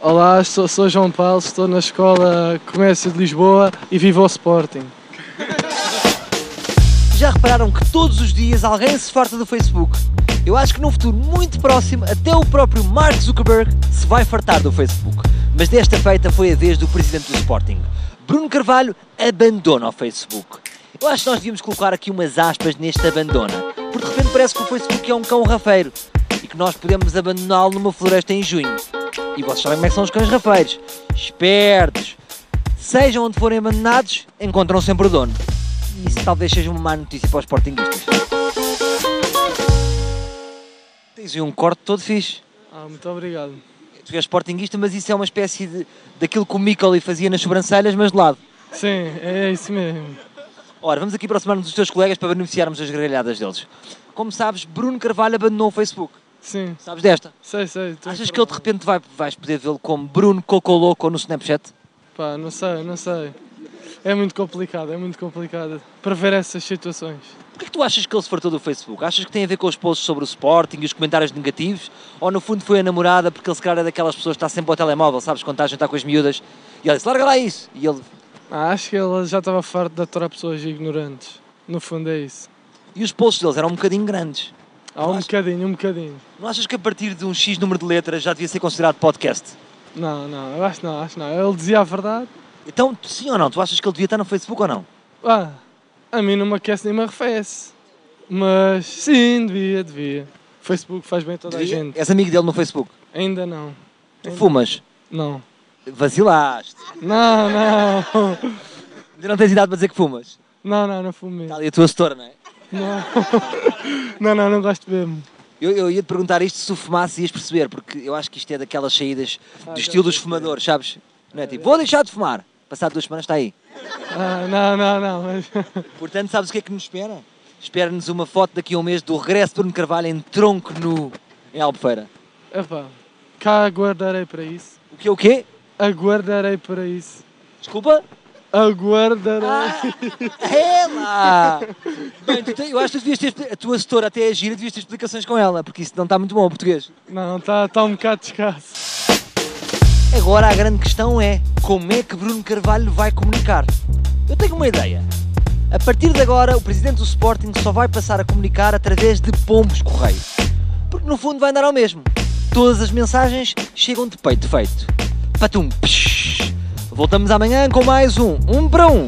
Olá, sou, sou João Paulo, estou na Escola Comércio de Lisboa e vivo o Sporting. Já repararam que todos os dias alguém se farta do Facebook? Eu acho que num futuro muito próximo, até o próprio Mark Zuckerberg se vai fartar do Facebook. Mas desta feita foi a vez do presidente do Sporting. Bruno Carvalho abandona o Facebook. Eu acho que nós devíamos colocar aqui umas aspas neste abandona, porque de repente parece que o Facebook é um cão rafeiro e que nós podemos abandoná-lo numa floresta em junho. E vocês sabem como é que são os cães rafeiros? Espertos! Sejam onde forem abandonados, encontram sempre o dono. E isso talvez seja uma má notícia para os sportinguistas. Tens aí um corte todo fixe. Ah, muito obrigado. Tu és sportinguista, mas isso é uma espécie de, daquilo que o Micoli fazia nas sobrancelhas, mas de lado. Sim, é isso mesmo. Ora, vamos aqui aproximar-nos dos teus colegas para beneficiarmos das gargalhadas deles. Como sabes, Bruno Carvalho abandonou o Facebook. Sim, Sabes desta? sei, sei. estou Achas que ele de informado. repente vai, vais poder vê-lo como Bruno Cocoloco no Snapchat? Pá, não sei, não sei. É muito complicado, é muito complicado prever essas situações. Porquê que tu achas que ele se fartou do Facebook? Achas que tem a ver com os posts sobre o Sporting e os comentários negativos? Ou no fundo foi a namorada porque ele se calhar é daquelas pessoas que está sempre ao telemóvel, sabes, quando está a jantar com as miúdas e ela disse, larga lá isso! E ele, Ah, acho que ele já estava farto de aturar pessoas ignorantes. No fundo é isso. E os posts deles eram um bocadinho grandes. Há um Acho- bocadinho, um bocadinho. Não achas que a partir de um X número de letras já devia ser considerado podcast? Não, não, eu acho que não, acho que não. Ele dizia a verdade. Então, tu- sim ou não? Tu achas que ele devia estar no Facebook ou não? Ah, a mim não me aquece nem me arrefece. Mas sim, devia, devia. Facebook faz bem a toda a gente. És amigo dele no Facebook. Ainda não. Tu fumas. Não. Vacilaste. Não, não. Ainda não tens idade para dizer que fumas. Não, não, não fumo mesmo. Está ali a tua setora, não é? Não. Não, não, não gosto mesmo. Eu, eu ia te perguntar isto se tu fumasse ias perceber, porque eu acho que isto é daquelas saídas do estilo dos fumadores, sabes? Não é tipo, vou deixar de fumar. Passado duas semanas está aí. Ah, não, não, não. Mas... Portanto, sabes o que é que nos espera? Espera-nos uma foto daqui a um mês do regresso de Bruno Carvalho em tronco nu em Albufeira. Epá, cá aguardarei para isso. O que é o quê? Aguardarei para isso. Desculpa? Aguardarei. Ela! Bem, tu te- eu acho que tu devias ter, expli- a tua setora até é gira, devias ter explicações com ela, porque isso não está muito bom ao português. Não, está tá um bocado escasso. Agora a grande questão é, como é que Bruno Carvalho vai comunicar? Eu tenho uma ideia. A partir de agora, o presidente do Sporting só vai passar a comunicar através de pombos correio. Porque no fundo vai andar ao mesmo. Todas as mensagens chegam de peito feito. Patum, psh. Voltamos amanhã com mais um Um para Um.